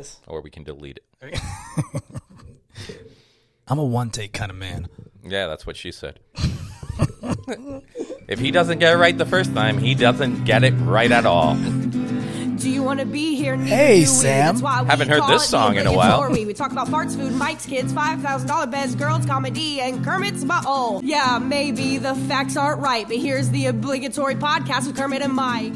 this? Or we can delete it. I'm a one take kind of man. Yeah, that's what she said. if he doesn't get it right the first time, he doesn't get it right at all. Do you want to be here? Neither Hey, do we. Sam. That's why we Haven't heard call this it song in a while. obligatory. We talk about farts, food, Mike's kids, five thousand dollar beds, girls, comedy, and Kermit's butthole. Yeah, maybe the facts aren't right, but here's the obligatory podcast with Kermit and Mike.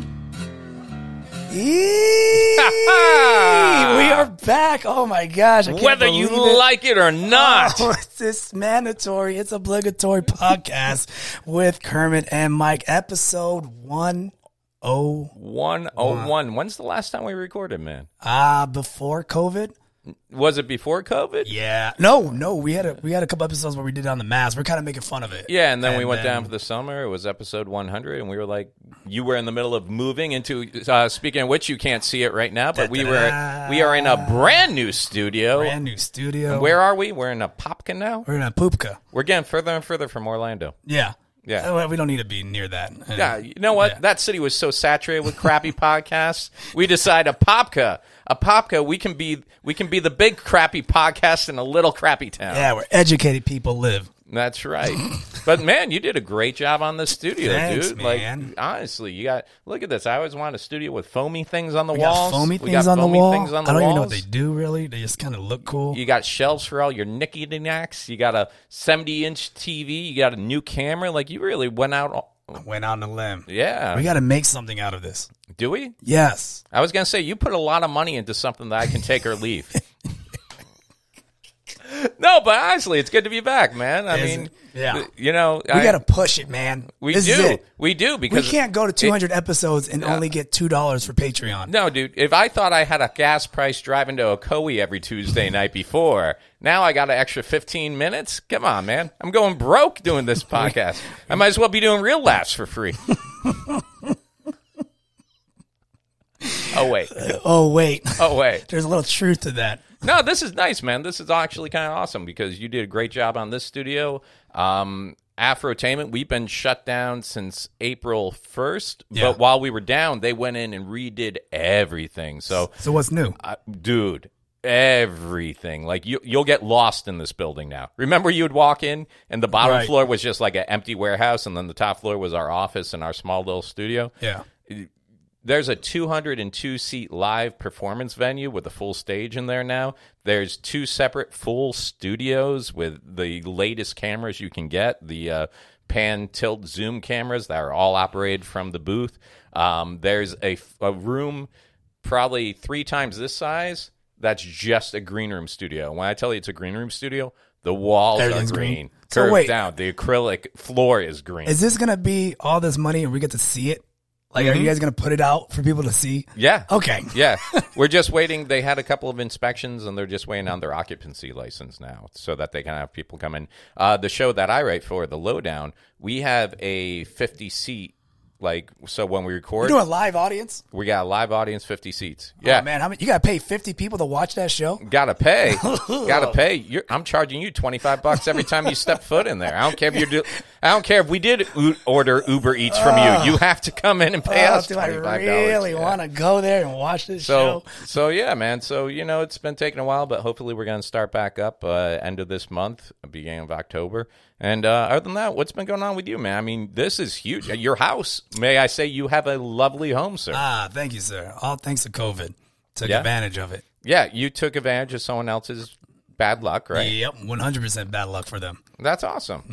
Eee! we are back. Oh my gosh. I can't Whether you believe it. like it or not. Oh, it's this mandatory, it's obligatory podcast with Kermit and Mike, episode oh, 101. 101. When's the last time we recorded, man? Ah, before COVID? Was it before COVID? Yeah. No, no, we had a we had a couple episodes where we did it on the mask. We're kind of making fun of it. Yeah, and then we went then- down for the summer. It was episode 100, and we were like, you were in the middle of moving into. Uh, speaking of which, you can't see it right now, but we were Da-da-da. we are in a brand new studio. Brand new studio. Where are we? We're in a Popkin now. We're in a poopka. We're getting further and further from Orlando. Yeah. Yeah. Uh, well, We don't need to be near that. Uh, Yeah, you know what? That city was so saturated with crappy podcasts. We decide a popka, a popka. We can be we can be the big crappy podcast in a little crappy town. Yeah, where educated people live. That's right. but man, you did a great job on the studio, Thanks, dude. man. Like honestly, you got look at this. I always wanted a studio with foamy things on the We walls. got foamy We things, got on foamy the wall. things on the I don't walls. even know what they do really. They just kind of look cool. You got shelves for all your nicky knacks. You got a seventy-inch TV. You got a new camera. Like you really went out. all- I Went out on a limb. Yeah. We got to make something out of this. do we? Yes. I was gonna say you put a lot of money into something that I can take or leave. no, but honestly, it's good to be back, man. I Is mean, it? Yeah. you know, We I, got to push it, man. we This is do, it. we do, We because can't go to it- 200 episodes and only get $2 for Patreon. no, dude. If I thought I had a gas price driving to Ocoee every Tuesday night before, now I got an extra fifteen minutes. Come on, man. I'm going broke doing this podcast. I might as well be doing real laughs for free. oh wait. Oh, wait. Oh wait. There's a little truth to that. No, this is nice, man. This is actually kind of awesome because you did a great job on this studio. Um, Afrotainment, we've been shut down since April 1st, Yeah. but while we were down, they went in and redid everything. So, So, what's new? uh, dude, everything. Like, you, you'll get lost in this building now. Remember, you would walk in and the bottom Right. floor was just like an empty warehouse, and then the top floor was our office and our small little studio? Yeah. there's a 202 seat live performance venue with a full stage in there now. There's two separate full studios with the latest cameras you can get, the uh, pan, tilt, zoom cameras that are all operated from the booth. Um, there's a, a room probably three times this size that's just a green room studio. When I tell you it's a green room studio, the walls are green, Everything's green. So curved wait. down. The acrylic floor is green. Is this going to be all this money and we get to see it? Like, are you guys going to put it out for people to see? Mm-hmm. yeah. Okay. yeah, we're just waiting. They had a couple of inspections, and they're just waiting on their occupancy license now, so that they can have people come in. Uh, the show that I write for, the Lowdown, we have a fifty seat. Like so, when we We're record, doing a live audience? we got a live audience, fifty seats. Yeah, Oh, man, how many, you got to pay 50 people to watch that show? gotta pay, gotta pay. You're, I'm charging you twenty five bucks every time you step foot in there. I don't care if you do. I don't care if we did u- order Uber Eats from you. You have to come in and pay Oh, us do I twenty five dollars. really want to go there and watch this So, show? so yeah, man. So you know, it's been taking a while, but hopefully we're going to start back up uh, end of this month, beginning of October. And uh, other than that, what's been going on with you, man? I mean, this is huge. Uh, Your house, may I say, you have a lovely home, sir. Ah, thank you, sir. All thanks to COVID. Took Yeah. advantage of it. yeah, you took advantage of someone else's bad luck, right? Yep, 100% bad luck for them. That's awesome.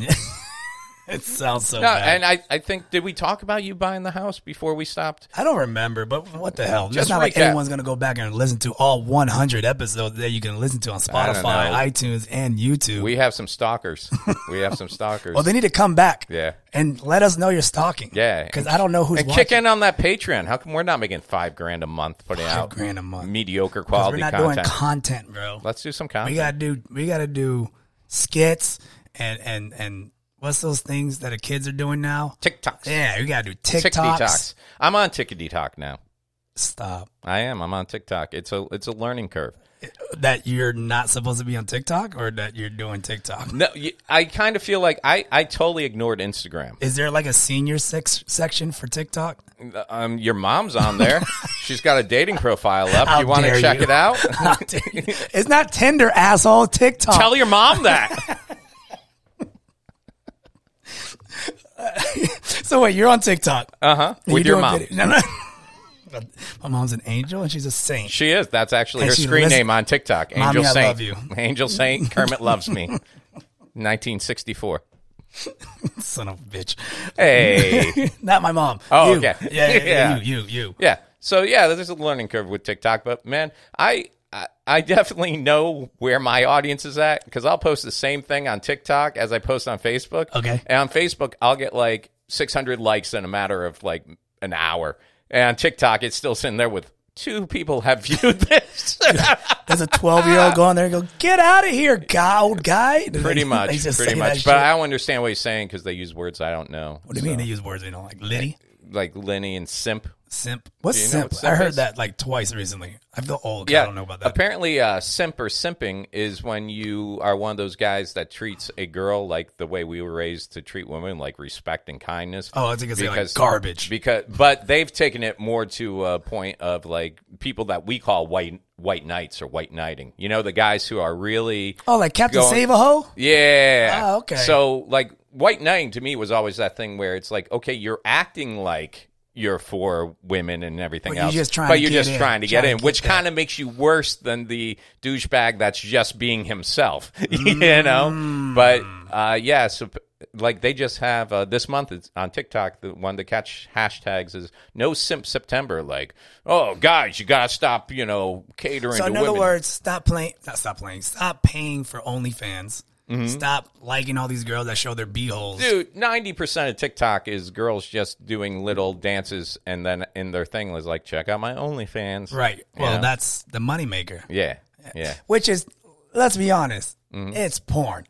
It sounds so No, bad. and I, I think did we talk about you buying the house before we stopped? I don't remember, but what the hell? Just it's not like recap. anyone's going to go back and listen to all 100 episodes that you can listen to on don't Spotify, know. iTunes, and YouTube. We have some stalkers. we have some stalkers. well, they need to come back. Yeah. And let us know you're stalking. Yeah. Because I don't know who's and watching. kick in on that Patreon. How come we're not making five grand a month putting out grand a month. mediocre 'Cause quality we're not content? doing content, bro. Let's do some We content. got to do, we got to do skits and, and, and what's those things that the kids are doing now? TikToks. Yeah, we got to do Tick TikToks. I'm on Tickety Talk now. Stop. I am. I'm on TikTok. It's a it's a learning curve. That you're not supposed to be on TikTok or that you're doing TikTok? No, y- I kind of feel like I, I totally ignored Instagram. Is there like a senior sex section for TikTok? Um, your mom's on there. She's got a dating profile up. How you want dare to check you. it out? it's not Tinder, asshole. TikTok. Tell your mom that. so wait, you're on TikTok. Uh huh. You're With your doing mom. video- No, no. My mom's an angel and she's a saint. She is. That's actually And her she screen listen- name on TikTok. Mommy, Angel I Saint. love you. Angel Saint. Kermit loves me. 1964. Son of a bitch. Hey. Not my mom. Oh, you. okay. Yeah, yeah, yeah, Yeah. You, you, you. yeah. So yeah, there's a learning curve with TikTok, but man, I. I- I definitely know where my audience is at because I'll post the same thing on TikTok as I post on Facebook. Okay. And on Facebook, I'll get like 600 likes in a matter of like an hour. And on TikTok, it's still sitting there with two people have viewed this. There's a 12 year old going there and go, get out of here, guy, old guy. pretty They much. just Pretty say much. that But shit. I don't understand what he's saying because they use words I don't know. what do you mean they use words they don't like? Liddy? like Lenny and Simp. Simp? What's you know simp? what simp I heard is? that like twice recently. I feel old 'cause I don't know about that. Apparently, uh, simp or simping is when you are one of those guys that treats a girl like the way we were raised to treat women, like respect and kindness. Oh, I think it's like garbage. Because, but they've taken it more to a point of like people that we call white white knights or white knighting. You know, the guys who are really oh, like Captain going- Save a Ho? Yeah. Oh, okay. So like white knighting to me was always that thing where it's like, okay, you're acting like you're for women and everything But you're else, just trying but to you're get just in, trying to get trying in, to which get that. kind of makes you worse than the douchebag that's just being himself, Mm. you know. But uh, yeah, so p- like they just have uh, this month it's on TikTok. The one to catch hashtags is no simp September. Like, oh guys, you gotta stop, you know, catering. So to in other women. words, stop playing. Not stop playing. Stop paying for OnlyFans. Stop liking all these girls that show their beeholes. Mm-hmm. dude, ninety percent of TikTok is girls just doing little dances, and then in their thing was like, check out my OnlyFans. Right. Well, Yeah. that's the moneymaker. Yeah, yeah. Which is, let's be honest, Mm-hmm. it's porn.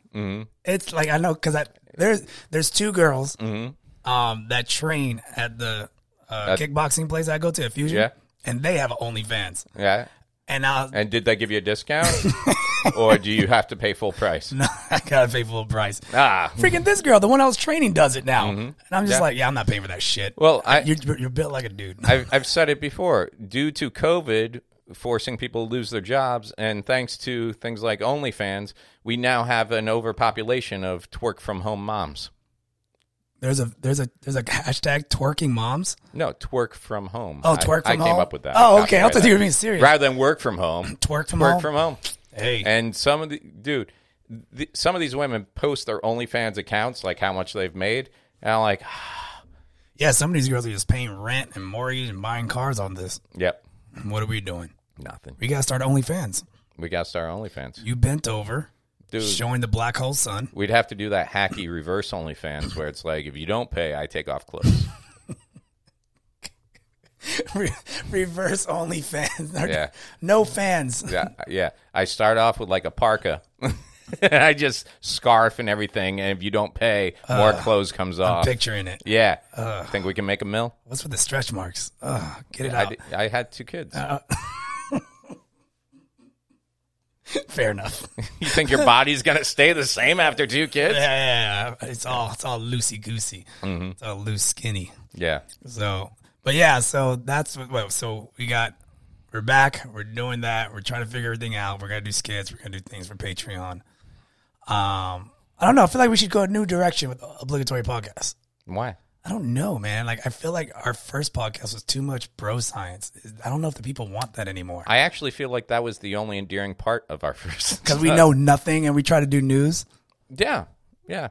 It's like I know because I there's there's two girls Mm-hmm. um, that train at the uh, kickboxing place I go to at Fusion, Yeah. and they have OnlyFans. Yeah. And I, And did they give you a discount, or do you have to pay full price? I gotta pay full price. Ah, Freaking this girl, the one I was training, does it now, and I'm Mm-hmm. just Yeah. like, yeah, I'm not paying for that shit. well, I, you're, you're built like a dude. I've, I've said it before. Due to COVID forcing people to lose their jobs, and thanks to things like OnlyFans, we now have an overpopulation of twerk from home moms. There's a there's a there's a hashtag twerking moms. No, twerk from home. Oh, I- twerk I, from home. came up with that. Oh, okay. I Copyright thought that. you were being serious. Rather than work from home, Twerk from work home. from home. hey, And some of the dude, the, some of these women post their OnlyFans accounts, like how much they've made, and I'm like, yeah. Some of these girls are just paying rent and mortgage and buying cars on this. yep, And What are we doing? nothing. We gotta start OnlyFans. We got to start OnlyFans, You bent over, dude. showing the black hole sun. We'd have to do that hacky reverse OnlyFans where it's like, if you don't pay, I take off clothes. Re- reverse OnlyFans. Yeah. No fans. yeah, yeah. I start off with like a parka. I just scarf and everything, and if you don't pay, more clothes comes off. Picturing it. yeah, think we can make a mill. What's with the stretch marks? Ugh, get it I, out. di- I had two kids. Fair enough. yeah, You think your body's gonna stay the same after two kids? yeah, yeah. It's all it's all loosey goosey. It's all loose skinny. Yeah. So, but yeah, so that's what. what- So we got, we're back. We're doing that. We're trying to figure everything out. We're gonna do skits. We're gonna do things for Patreon. Um, I don't know. I feel like we should go a new direction with obligatory podcast. Why? I don't know, man. Like I feel like our first podcast was too much bro science. I don't know if the people want that anymore I actually feel like that was the only endearing part of our first. because we know nothing and we try to do news. Yeah. Yeah.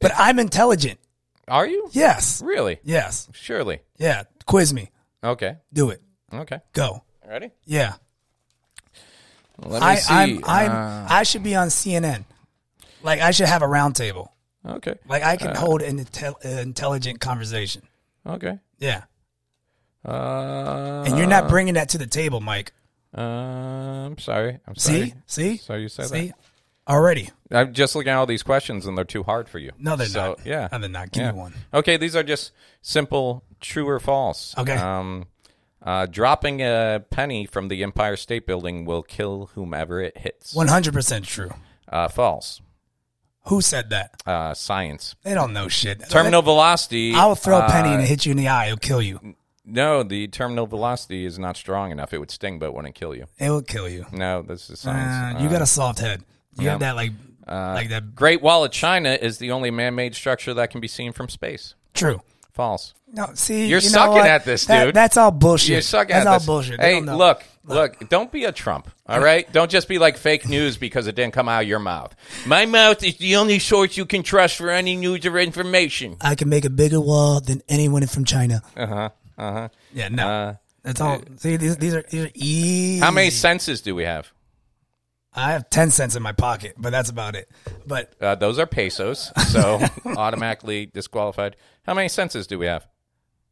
But I'm intelligent. Are you? Yes. Really? Yes. Surely. Yeah. Quiz me. Okay. Do it. Okay. Go. Ready? Yeah. Let Uh. I, I'm, I'm, I should be on CNN. Like I should have a roundtable. Uh, okay. Like I can hold an intel- uh, intelligent conversation. Okay. Yeah, Uh, and you're not bringing that to the table, Mike. uh, I'm sorry. I'm See, sorry. see, Sorry you said see, already. that. I'm just looking at all these questions and they're too hard for you. No, they're So, not. Yeah. no, they're not. Give Yeah. me one. Okay, these are just simple true or false. Okay. Um, Uh, dropping a penny from the Empire State Building will kill whomever it hits. One hundred percent true. Uh, false. Who said that? Uh, science. They don't know shit. Terminal velocity. I'll throw a penny uh, and it hit you in the eye. It'll kill you. No, the terminal velocity is not strong enough. It would sting, but wouldn't kill you. It will kill you. No, this is Uh, science. you Uh, got a soft head. You have that like like that. Great Wall of China is the only man-made structure that can be seen from space. True. False. No, see, You're you know sucking what? at this, That- dude. that's all bullshit. You're sucking That's at all this. bullshit. They Hey, don't know. look, look, don't be a Trump, all right? Don't just be like fake news because it didn't come out of your mouth. My mouth is the only source you can trust for any news or information. I can make a bigger wall than anyone from China. Uh huh. Uh huh. Uh-huh. Yeah. No. that's all. See, these, these are these are easy. Uh, How many senses do we have? I have ten cents in my pocket, but that's about it. But Uh, those are pesos, so automatically disqualified. How many senses do we have?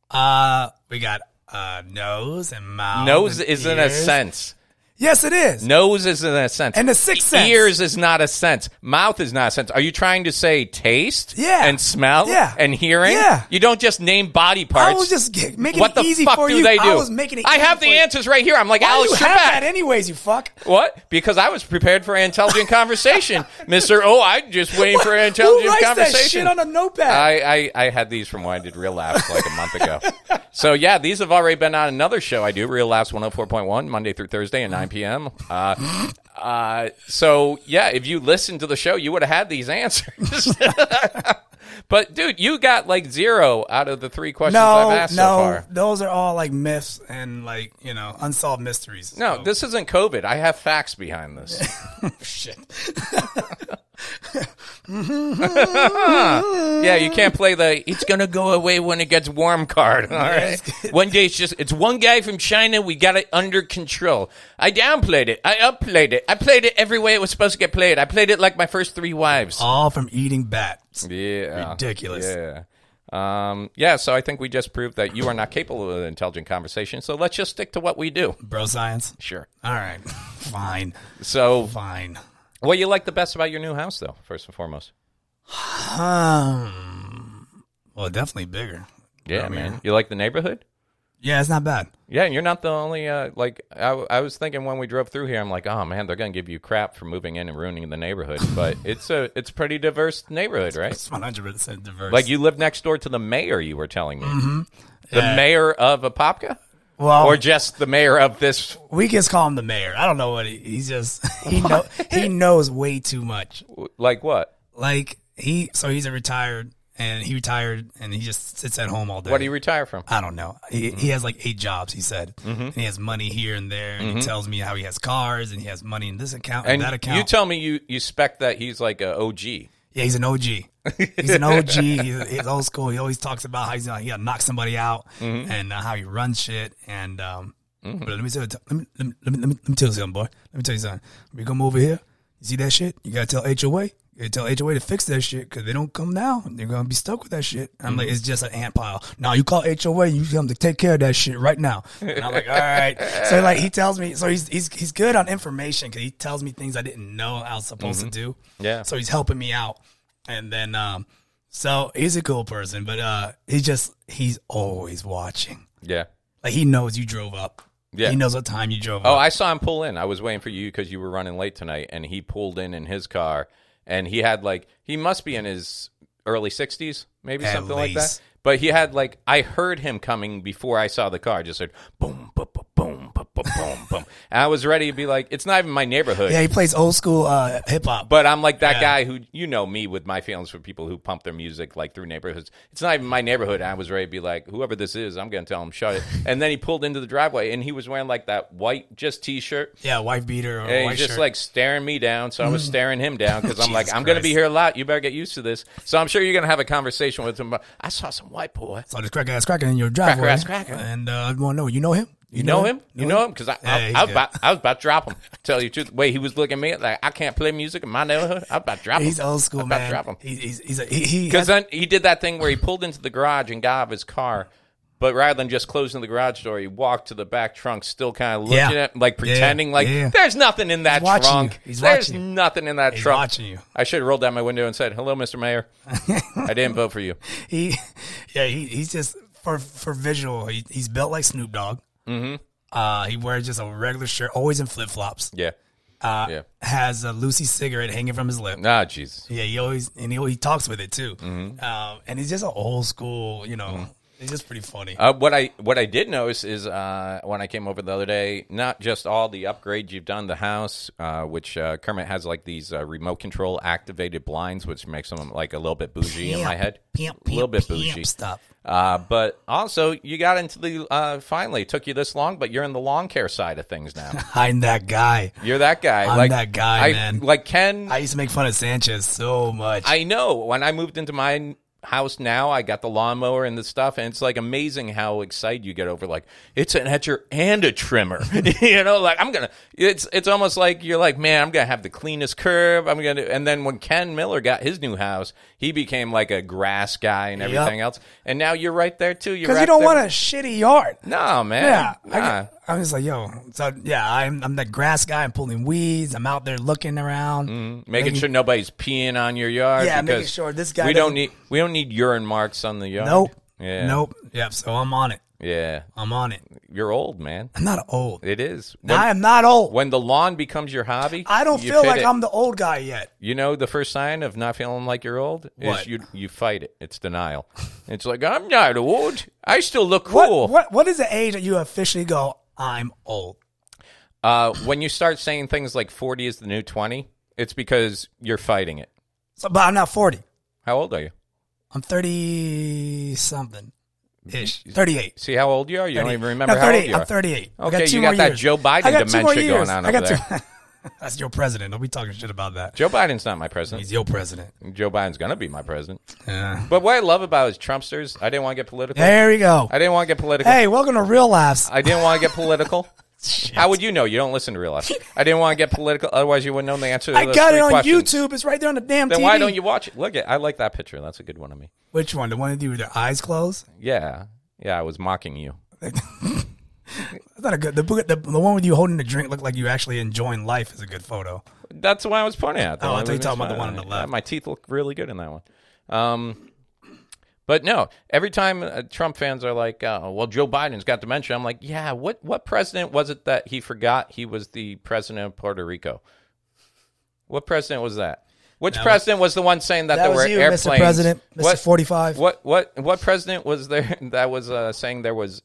uh, we got uh nose and mouth. Nose and isn't a Um, ears. sense. Yes, it is. Nose isn't a sense. And the sixth sense. Ears is not a sense. Mouth is not a sense. Are you trying to say taste? Yeah. And smell? Yeah. And hearing? Yeah. You don't just name body I parts. was just g- making what it the easy fuck for do you. they do? I was making it. I easy have the for you. answers right here. I'm like Why do Alex you have that Trebek. anyways? You fuck. What? Because I was prepared for intelligent conversation, Mister. Oh, I'm just waiting for Who intelligent writes that conversation. shit on a notepad? I, I, I had these from when I did Real Laughs like a month ago. so, yeah, these have already been on another show I do, Real oh Laughs 104.1, Monday through Thursday at 9 p.m. Uh, uh, so, yeah, if you listened to the show, you would have had these answers. but, dude, you got like zero out of the three questions I've no, asked so no, far. those are all like myths and like you know unsolved mysteries. No, this isn't COVID. I have facts behind this. shit. Yeah, you can't play the "it's gonna go away when it gets warm" card. All right, one day it's just it's one guy from China. We got it under control. I downplayed it. I upplayed it. I played it every way it was supposed to get played. I played it like my first three wives. All from eating bats. yeah, Ridiculous. Yeah. Um, yeah, so I think we just proved that you are not capable of intelligent conversation. So let's just stick to what we do. Bro science. Sure. All right. Fine. So, Fine. what you like the best about your new house, though, first and foremost? Um, well, definitely bigger. Yeah, I mean- man. You like the neighborhood? Yeah, it's not bad. Yeah, and you're not the only. Uh, like I, I was thinking when we drove through here, I'm like, oh man, they're gonna give you crap for moving in and ruining the neighborhood. But it's a it's pretty diverse neighborhood, right? It's 100% diverse. Like you live next door to the mayor. You were telling me the Yeah. mayor of Apopka, well, or just the mayor of this? we just call him the mayor. I don't know what he, he's just, he, know, he knows way too much. Like what? Like, he, so he's a retired, and he retired, and he just sits at home all day. What Mm-hmm. do you retire from? I don't know. He, he has like eight jobs, he said. Mm-hmm. And he has money here and there. And he tells me how he has cars and he has money in this account and, And that account. you tell me you you spec that he's like a OG. Yeah, he's an OG. He's an OG. he's, he's old school. He always talks about how he's gonna, he'll knock somebody out and uh, how he runs shit. And um, but let me tell you, let me, let me let me let me let me tell you something, boy. Let me tell you something. When you come over here, you see that shit. You gotta tell HOA. You gotta tell HOA to fix that shit because they don't come now. They're gonna be stuck with that shit. I'm like, it's just an ant pile. Now you call HOA. You tell them to take care of that shit right now. And I'm like, all right. So like he tells me. So he's he's he's good on information because he tells me things I didn't know I was supposed to do. Yeah. So he's helping me out. And then um so he's a cool person, but uh he just he's always watching. Yeah. Like he knows you drove up. Yeah. He knows what time you drove Oh, up. I saw him pull in. I was waiting for you because you were running late tonight, and he pulled in in his car, and he had like he must be in his early sixties, maybe At something like that. least. But he had like I heard him coming before I saw the car. Just like boom, boom, boom, boom, boom, boom. and I was ready to be like, it's not even my neighborhood. Yeah, he plays old school uh hip hop. But I'm like that guy who you know me with my feelings for people who pump their music like through neighborhoods. It's not even my neighborhood. I was ready to be like, whoever this is, I'm gonna tell him shut it. And then he pulled into the driveway and he was wearing like that white just t-shirt yeah, wife beater or yeah, white he's just shirt. like staring me down, so I was staring him down because I'm like, Mm. Jesus I'm going to be Christ. here a lot. You better get used to this. So I'm sure you're going to have a conversation with him. About, I saw some white boy. so this cracker ass cracker in your driveway. ass cracker. And uh I wanna know, you know him? You know him? You know him? Because I, I, he's I, was good. about, I was about to drop him. Tell you the truth, the way he was looking at me, like I can't play music in my neighborhood. I was about to drop him. He's old school, I was about man. to drop him. He, he's he's a, he, he Because then he did that thing where he pulled into the garage and got out of his car, but rather than just closing the garage door, he walked to the back trunk, still kind of looking Yeah. at, like pretending, like yeah. there's nothing in that He's watching trunk. you. He's there's watching you. nothing in that He's trunk. watching you. I should have rolled down my window and said, "Hello, Mr. Mayor. I didn't vote for you." he yeah, he, he's just for for visual, he, he's built like Snoop Dogg. Mm-hmm. Uh, he wears just a regular shirt, always in flip flops. Yeah. Uh, yeah. Has a Lucy cigarette hanging from his lip. Ah, Jesus. Yeah, he always and he, he talks with it too. Mm-hmm. Um, and he's just an old school, you know. It's just pretty funny. Uh, what I what I did notice is uh, when I came over the other day, not just all the upgrades you've done to the house, uh, which uh, Kermit has like these uh, remote control activated blinds, which makes them like a little bit bougie in my head, a little bit bougie. Stop. Uh, but also, you got into the uh, finally it took you this long, but you're in the lawn care side of things now. I'm that guy. You're that guy. I'm like that guy, I- man. Like Ken, I used to make fun of Sanchez so much. I know when I moved into my n- house now, I got the lawnmower and the stuff, and it's like amazing how excited you get over like it's an etcher and a trimmer. you know, like I'm gonna. It's it's almost like you're like, man, I'm gonna have the cleanest curb. I'm gonna. And then when Ken Miller got his new house, he became like a grass guy and everything else. And now you're right there too. You're Because you out don't there- want a shitty yard. No, man. Yeah, I, Nah. get- I was like, yo, so yeah, I'm I'm that grass guy. I'm pulling weeds. I'm out there looking around. making sure nobody's peeing on your yard. Yeah, making because sure this guy We don't doesn't- need we don't need urine marks on the yard. Nope. Yeah. Nope. Yep. So I'm on it. Yeah. I'm on it. You're old, man. I'm not old. It is. When, I am not old. when the lawn becomes your hobby, I don't you feel fit like it. I'm the old guy yet. You know, the first sign of not feeling like you're old is What? you you fight it. It's denial. it's like I'm not old. I still look What cool. what what is the age that you officially go? I'm old. Uh, when you start saying things like 40 is the new 20, it's because you're fighting it. So, but I'm not 40. How old are you? I'm 30 something ish. 38. See how old you are? You don't 30. even remember No, how 38. old you are. I'm 38. I Okay, two you more got that years. Joe Biden I got two more dementia going years. on I over got Two, that's your president. Don't be talking shit about that. Joe Mm. Biden's not my president. He's your president. Joe Biden's going to be my president. Yeah. But what I love about his Trumpsters, I didn't want to get political. There we go. I didn't want to get political. Hey, welcome to Real Lives. I didn't want to get political. How would you know? You don't listen to real life. I didn't want to get political. Otherwise, you wouldn't know the answer to I those got three it on questions. YouTube. It's right there on the damn Then TV. why don't you watch it? Look, at, I like that picture. That's a good one of me. Which one? The one that do with their eyes closed? Yeah. Yeah, I was mocking you. That's not a good. The, book- the the one with you holding the drink looked like you actually enjoying life is a good photo. That's why I was pointing at. Oh, I one thought you were with talking me about the one on the smiling. Yeah, left. My teeth look really good in that one. Um, but no, every time uh, Trump fans are like, uh, "Well, Joe Biden's got dementia," I'm like, "Yeah, what what president was it that he forgot he was the president of Puerto Rico? What president was that?" Which president was the one saying that, That there was were you, Mr. airplanes? President, Mr. 45. What what what president was there that was uh, saying there was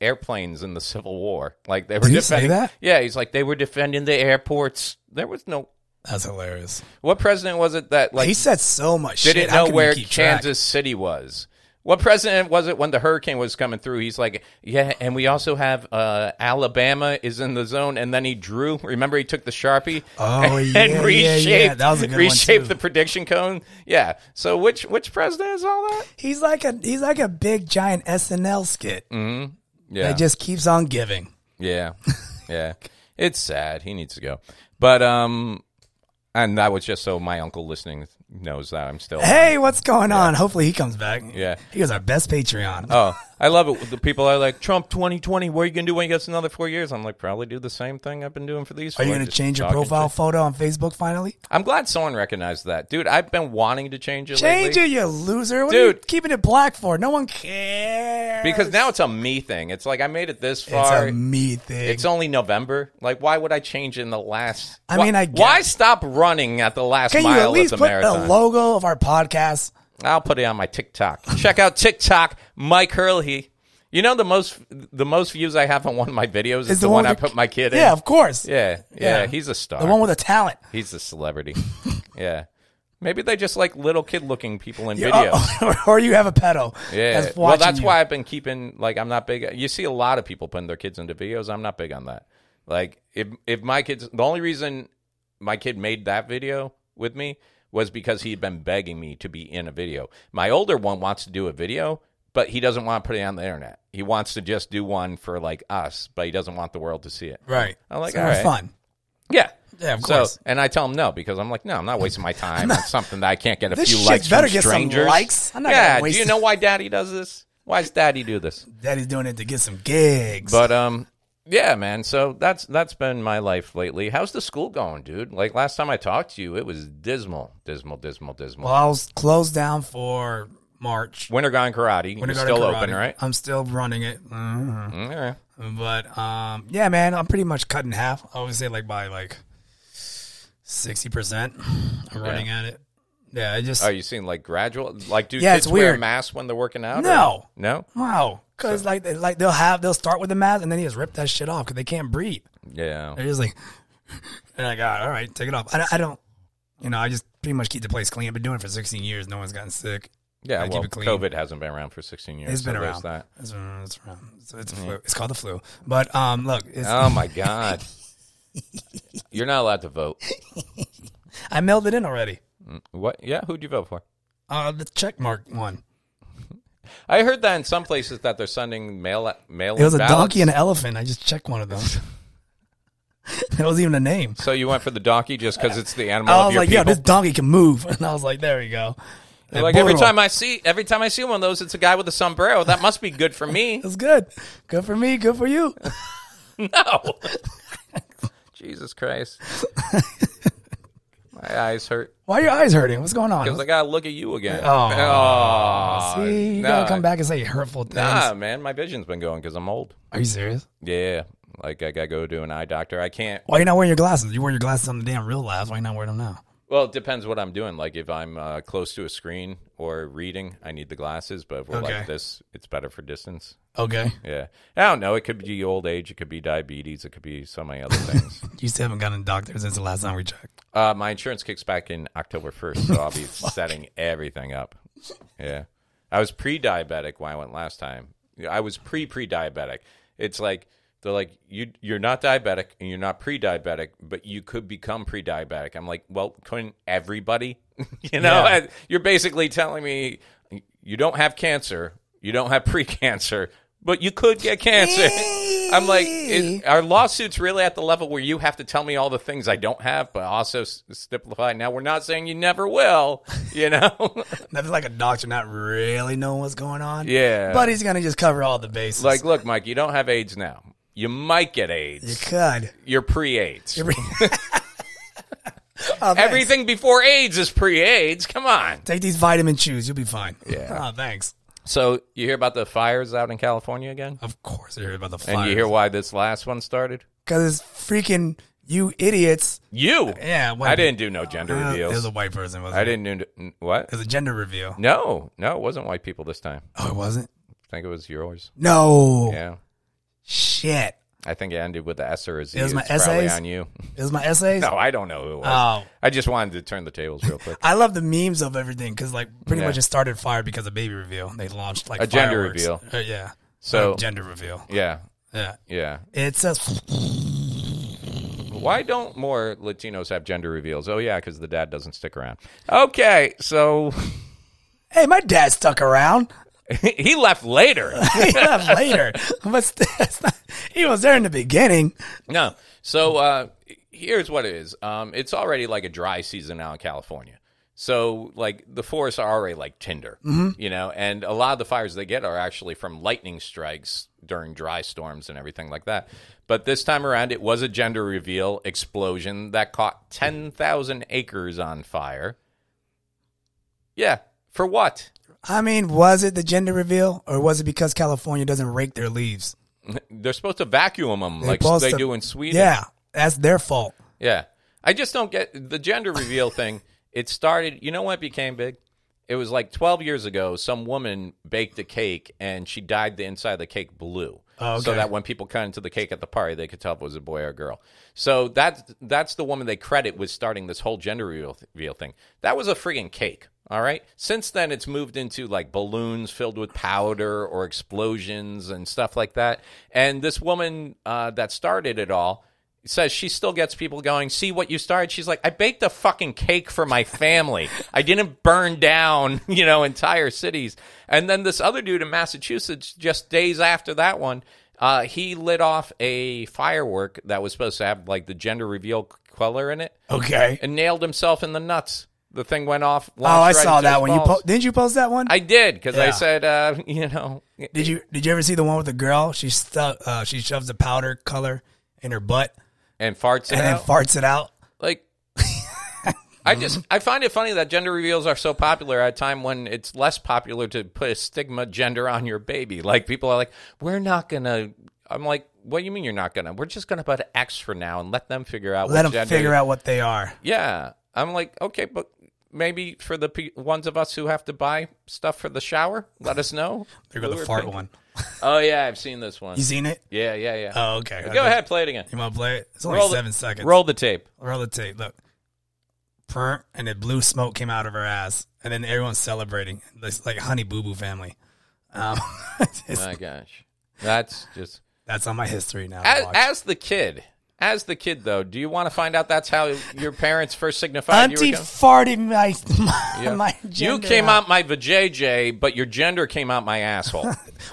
airplanes in the Civil War? Like they were Did he say defending that? Yeah, he's like they were defending the airports. There was no That's hilarious. what president was it that like he said so much shit. didn't How know can you where keep track? Kansas City was? What president was it when the hurricane was coming through? He's like, yeah, and we also have uh, Alabama is in the zone, and then he drew. Remember, he took the sharpie Oh, and, yeah, yeah, yeah. and reshaped, That was a good one, reshaped too. the prediction cone. Yeah. So which which president is all that? He's like a he's like a big giant SNL skit Mm. Yeah. that just keeps on giving. Yeah. Yeah. it's sad. He needs to go. But um and that was just so my uncle listening knows that I'm still Hey, what's going on? Hopefully he comes back. Yeah. he was our best Patreon. Oh, I love it. The people are like Trump 2020. What are you gonna do when you gets another four years? I'm like probably do the same thing I've been doing for these. Are you four, gonna just change your talking profile shit. photo on Facebook finally? I'm glad someone recognized that, dude. I've been wanting to change it. Change lately. it, you loser! What are you Dude. keeping it black for? No one cares. because now it's a me thing. It's like I made it this it's far. a me thing. It's only November. Like, why would I change in the last? I why- mean, I why guess. stop running at the last Can you mile at least of put the marathon? the logo of our podcast? I'll put it on my TikTok. Check out TikTok, Mike Hurley. You know the most the most views I have on one of my videos is, the, one, I with the- put my kid in. Yeah, of course. yeah, yeah, Yeah. He's a star. The one with the talent. he's a celebrity. yeah, maybe they just like little kid looking people in videos. Oh, or you have a pedo. Yeah, that's well, watching that's you. why I've been keeping like I'm not big. You see a lot of people putting their kids into videos. I'm not big on that. Like if if my kids, the only reason my kid made that video with me was because he'd been begging me to be in a video. My older one wants to do a video, but he doesn't want to put it on the internet. He wants to just do one for like us, but he doesn't want the world to see it. Right. I'm like, So all have right. fun. Yeah. Yeah, of So- course. and I tell him no because I'm like, no, I'm not wasting my time on something that I can't get a This few shit likes better from get some strangers. likes. I'm not yeah. gonna waste do you know why Daddy does this? Why does Daddy do this? Daddy's doing it to get some gigs. But um, yeah, man. So that's that's been my life lately. How's the school going, dude? Like last time I talked to you, it was dismal, dismal, dismal, dismal. well, I was closed down for March. Winter Gone Karate. When I You're go to still karate. open, right? I'm still running it. Mhm. Mm, all right. But um, yeah, man, I'm pretty much cut in half. I always say like by like sixty percent. I'm running at it. Yeah, I just Are Oh, you seeing like gradual? Like, do Yeah, kids it's wear weird. masks when they're working out? or- No. No? wow, because like they- like they'll have they'll start with the mask and then they just rip that shit off because they can't breathe. Yeah. They're just like, and I got all right, take it off. I, don't- I don't, you know, I just pretty much keep the place clean. I've been doing it for sixteen years. No one's gotten sick. Yeah. I keep well, it clean. COVID hasn't been around for 16 years. It's been so there's around. That. It's been around. It's, around. It's, it's a flu. It's called the flu. But um, look, it's, Oh, my God. You're not allowed to vote. I mailed it in already. What? Yeah. Who'd you vote for? Uh, the check mark one. I heard that in some places that they're sending mail mail. It was a ballots. donkey and an elephant. I just checked one of those. that was even a name. So you went for the donkey just because it's the animal I of was your like, yo, people. this donkey can move. And I was like, there we go. You're like every time I see every time I see one of those, it's a guy with a sombrero. That must be good for me. That's good. Good for me. Good for you. No. Jesus Christ. My eyes hurt Why are your eyes hurting? What's going on? because I gotta look at you again. Oh, Oh, See, you nah. gotta come back and say hurtful things. Nah, Ah, man, my vision's been going because I'm old. Are you serious? Yeah, like I gotta go to an eye doctor. I can't. Why you not wearing your glasses? You wore your glasses on the damn real life. Why you not wearing them now? Well, it depends what I'm doing. Like if I'm uh, close to a screen or reading, I need the glasses. But if we're Okay. like this, it's better for distance. Okay. Yeah, I don't know. It could be old age. It could be diabetes. It could be so many other things. You still haven't gotten a doctor since the last time we checked. Uh, my insurance kicks back in October 1st, so I'll be setting everything up. Yeah. I was pre diabetic when I went last time. I was pre pre diabetic. It's like, they're like, you, you're not diabetic and you're not pre diabetic, but you could become pre diabetic. I'm like, well, couldn't everybody? you know, I- you're basically telling me you don't have cancer, you don't have pre cancer, but you could get cancer. I'm like, is, are lawsuits really at the level where you have to tell me all the things I don't have, but also s- simplify? Now, we're not saying you never will, you know? Nothing like a doctor not really knowing what's going on. Yeah. But he's gonna just cover all the bases. like, look, Mike, you don't have AIDS now. You might get you AIDS. could. You're pre AIDS. Oh, thanks. Everything before AIDS is pre AIDS. Come on. Take these vitamin chews. You'll be fine. Yeah. Oh, thanks. So, you hear about the fires out in California again? Of course, I heard about the fire. And you hear why this last one started? Because it's freaking you idiots. You. Uh, Yeah, well- I didn't do no gender Uh, it was reveals. a white person, wasn't I it? didn't do n- what? It was a gender reveal. No, no, it wasn't white people this time. Oh, it wasn't? I think it was yours. No. Yeah. Shit. I think it ended with the S or a Z. It was my It's probably essays? on you. It was my essays. No, I don't know who it was. Oh. I just wanted to turn the tables real quick. I love the memes of everything because, like, pretty Yeah. much it started fire because of baby reveal. They launched like A gender fireworks. reveal. Uh, yeah. So- Uh, gender reveal. Yeah, Yeah. yeah. It says Why don't more Latinos have gender reveals? Oh yeah, because the dad doesn't stick around. Okay, so Hey, my dad stuck around. he left later. he left later, but still, it's not- he was there in the beginning. No. So uh, here's what it is. Um, it's already like a dry season now in California. So like the forests are already like tinder, Mm-hmm. you know, and a lot of the fires they get are actually from lightning strikes during dry storms and everything like that. But this time around, it was a gender reveal explosion that caught ten thousand acres on fire. Yeah, for what? I mean, was it the gender reveal, or was it because California doesn't rake their leaves? They're supposed to vacuum them like supposed they to- do in Sweden. Yeah, that's their fault. Yeah. I just don't get the gender reveal thing. It started, you know when it became big? It was like 12 years ago, some woman baked a cake and she dyed the inside of the cake blue. Oh, So okay. that when people cut into the cake at the party, they could tell if it was a boy or a girl. So that's, that's the woman they credit with starting this whole gender reveal, reveal thing. That was a friggin' cake. All right. Since then, it's moved into like balloons filled with powder or explosions and stuff like that. And this woman uh, that started it all says she still gets people going, see what you started. She's like, I baked a fucking cake for my family. I didn't burn down, you know, entire cities. And then this other dude in Massachusetts, just days after that one, uh, he lit off a firework that was supposed to have like the gender reveal color in it Okay. and nailed himself in the nuts. The thing went off. Oh, I launched right saw into that his one. You balls. po- didn't you post that one? I did because I Yeah. said, uh, you know, did you Did you ever see the one with the girl? She stuck. Uh, she shoves the powder color in her butt and farts it and then out. farts it out. like I just Mm-hmm. I find it funny that gender reveals are so popular at a time when it's less popular to put a stigma gender on your baby. Like people are like, we're not gonna. I'm like, what do you mean you're not gonna? We're just gonna put an X for now and let them figure out. Let what them gender figure out what they are. Yeah, I'm like, okay, but maybe for the pe- ones of us who have to buy stuff for the shower, let us know. There go Blue the or fart pink. one. Oh yeah, I've seen this one. You seen it? Yeah, yeah, yeah. Oh, okay. Go ahead, play it again. You want to play it? It's only the- seven seconds. Roll the tape. Roll the tape. Look. Prr, and then blue smoke came out of her ass. And then everyone's celebrating. It's like Honey Boo Boo family. Um, it's- My gosh, that's just that's on my history now. to as, watch. as the kid. As the kid, though, do you want to find out that's how your parents first signified Auntie you were? Gonna- farted my, my, Yeah. my you gender came out my vajayjay, but your gender came out my asshole.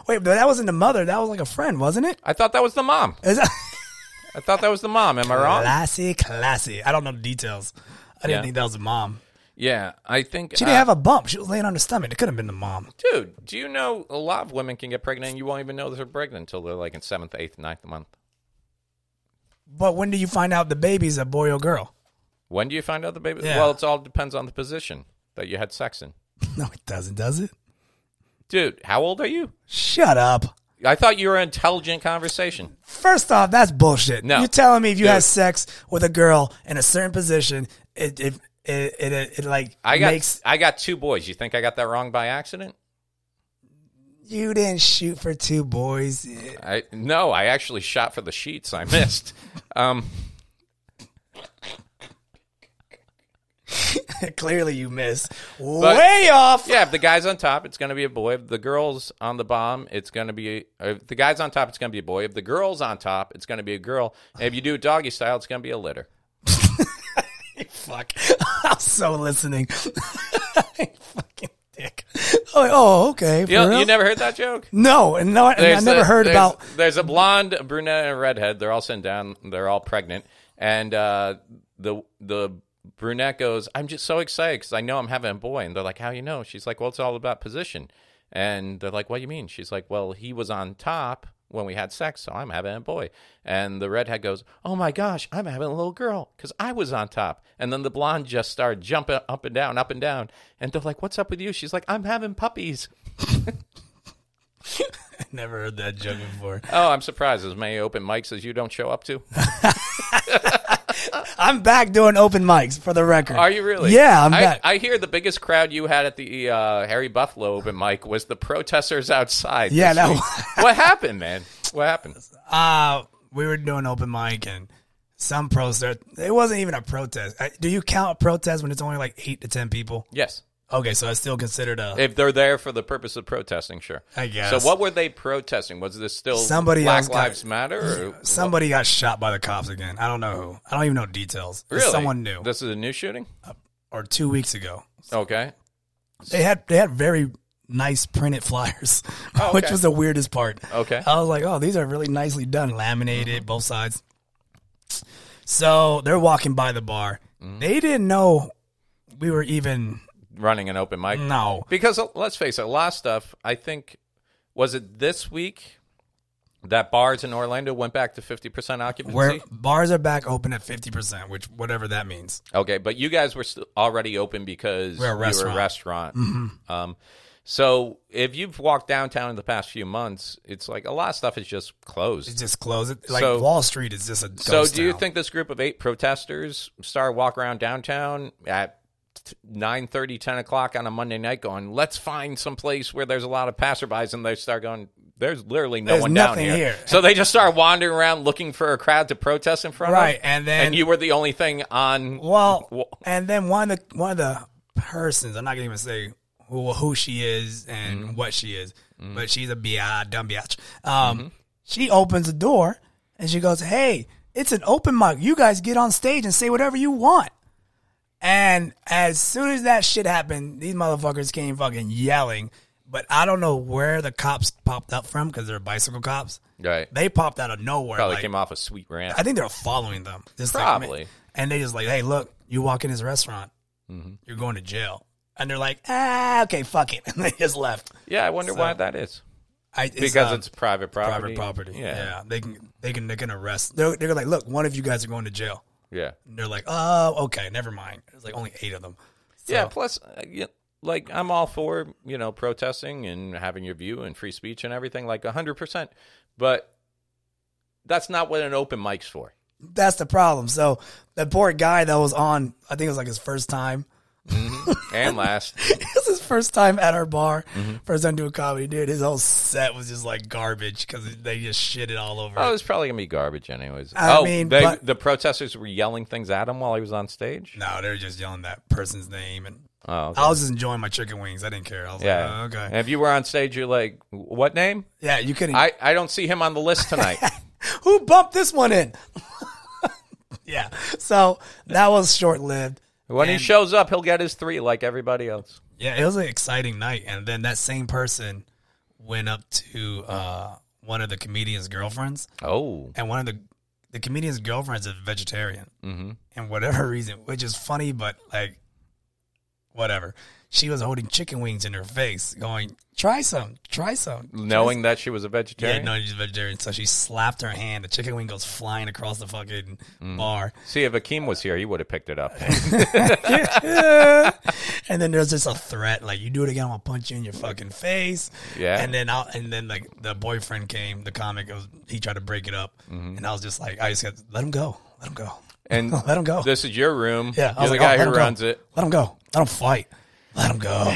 Wait, but that wasn't the mother. That was like a friend, wasn't it? I thought that was the mom. Is that- I thought that was the mom. Am I wrong? classy, classy. I don't know the details. I didn't Yeah. think that was the mom. Yeah, I think She uh, didn't have a bump. She was laying on her stomach. It could have been the mom. Dude, do you know a lot of women can get pregnant and you won't even know they're pregnant until they're like in seventh, eighth, ninth month? But when do you find out the baby's a boy or girl? When do you find out the baby? Yeah. Well, it's all depends on the position that you had sex in. No, it doesn't, does it? Dude, how old are you? Shut up. I thought you were an intelligent conversation. First off, that's bullshit. No. You're telling me if you Dude. have sex with a girl in a certain position, it it it, it, it, it like I got makes I got two boys. You think I got that wrong by accident? you didn't shoot for two boys. I no, I actually shot for the sheets. I missed. um, Clearly, you missed. Way off. yeah, if the guy's on top, it's going to be a boy. If the girl's on the bottom, it's going to be if the guy's on top, it's going to be a boy. If the girl's on top, it's going to be a girl. And if you do it doggy style, it's going to be a litter. Fuck. I'm so listening. Fucking dick. Oh, oh okay. For You, real? you never heard that joke? no, and no, and I There's never a- heard there's- about. There's a blonde, a brunette, and a redhead. They're all sitting down. They're all pregnant, and uh, the the brunette goes, "I'm just so excited because I know I'm having a boy." And they're like, "How you know?" She's like, "Well, it's all about position." And they're like, "What do you mean?" She's like, "Well, he was on top." When we had sex, so I'm having a boy. And the redhead goes, Oh my gosh, I'm having a little girl because I was on top. And then the blonde just started jumping up and down, up and down. And they're like, What's up with you? She's like, I'm having puppies. Never heard that joke before. Oh, I'm surprised. As many open mics as you don't show up to. I'm back doing open mics for the record. Are you really? Yeah, I'm I, back. I hear the biggest crowd you had at the uh, Harry Buffalo open mic was the protesters outside. Yeah, this that week. was- what happened, man? What happened? uh, we were doing open mic and some protest. It wasn't even a protest. I, do you count a protest when it's only like eight to ten people? Yes, Okay, so it's still considered a. if they're there for the purpose of protesting, sure. I guess. So, what were they protesting? Was this still Somebody Black else got- Lives Matter? Or Somebody got shot by the cops again. I don't know who. I don't even know details. It's really? Someone new, This is a new shooting. or two weeks ago. Okay. They had they had very nice printed flyers, Oh, which okay. was the weirdest part. Okay. I was like, oh, these are really nicely done, laminated both sides. So they're walking by the bar. Mm-hmm. They didn't know we were even Running an open mic. no. Because uh, let's face it, a lot of stuff. I think was it this week that bars in Orlando went back to fifty percent occupancy. Where bars are back open at fifty percent, which whatever that means. Okay, but you guys were st- already open because We're a you were a restaurant. Mm-hmm. restaurant. Um, so if you've walked downtown in the past few months, it's like a lot of stuff is just It's closed. just closed. It- Like So- Wall Street is just a ghost So do you town. think this group of eight protesters started walk around downtown at t- 9.30, 10 o'clock on a Monday night going, let's find some place where there's a lot of passerbys, and they start going, there's literally no There's one down nothing here. here. So they just start wandering around looking for a crowd to protest in front of. Right, and then- And you were the only thing on... Well, and then one of the one of the persons, I'm not gonna even say who who she is and Mm-hmm. what she is, but she's a bi dumb biatch. Um, Mm-hmm. she opens the door and she goes, "Hey, it's an open mic. You guys get on stage and say whatever you want." And as soon as that shit happened, these motherfuckers came fucking yelling. But I don't know where the cops popped up from because they're bicycle cops. right. They popped out of nowhere. Probably like- came off a sweet rant. I think they're following them. Just Probably. Like, and they just like, hey, look, you walk in this restaurant, Mm-hmm. you're going to jail. And they're like, ah, okay, fuck it. And they just left. Yeah, I wonder why that is. I, it's, Because um, it's private property. private property. Yeah. Yeah. They can, they can, they can arrest. They're, they're like, look, one of you guys are going to jail. Yeah. And they're like, oh, okay, never mind. There's like only eight of them. So, Yeah. Plus, uh, you- like, I'm all for, you know, protesting and having your view and free speech and everything, like 100%. But that's not what an open mic's for. That's the problem. So that poor guy that was on, I think it was like his first time. And last, this is his first time at our bar. Mm-hmm. First time doing comedy, dude. His whole set was just like garbage because they just shit it all over. oh, it's probably going to be garbage, anyways. I oh, mean, they, but- the protesters were yelling things at him while he was on stage? No, they were just yelling that person's name, and Oh, okay. I was just enjoying my chicken wings. I didn't care. I was yeah. like, oh, And okay, if you were on stage, you're like, what name? yeah, you couldn't. I, I don't see him on the list tonight. Who bumped this one in? yeah, so that was short lived. When he shows up, he'll get his three like everybody else. Yeah, it was an exciting night, and then that same person went up to uh, one of the comedian's girlfriends, Oh. and one of the the comedian's girlfriends is a vegetarian, mm-hmm. and whatever reason, which is funny, but like, whatever. She was holding chicken wings in her face, going, "Try some, try some." Knowing that she was a vegetarian? Yeah, no, she's vegetarian. So she slapped her hand. The chicken wing goes flying across the fucking Mm. bar. See, if Akeem was here, he would have picked it up. And then there's just a threat, like you do it again, I'm gonna punch you in your fucking face. Yeah. And then I and then like the boyfriend came, the comic, it was, he tried to break it up, and I was just like, I just got let him go, let him go, Mm-hmm. And let him go. this is your room. yeah, I You're was the like, oh, guy let who him go. runs it. Let him go. Let him fight. Let him go.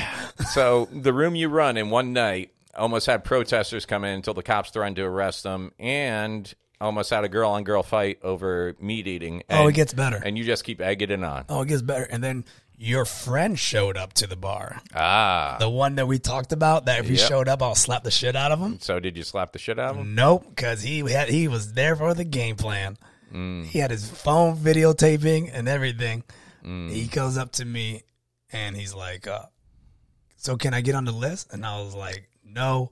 So the room you run in one night almost had protesters come in until the cops threatened to arrest them and almost had a girl on girl fight over meat eating. And, Oh, it gets better. And you just keep egging it on. Oh, it gets better. And then your friend showed up to the bar, Ah. the one that we talked about. That if he showed up, I'll slap the shit out of him. So did you slap the shit out of him? Nope, because he had he was there for the game plan. He had his phone videotaping and everything. He goes up to me and he's like, uh, "So can I get on the list?" And I was like, "No."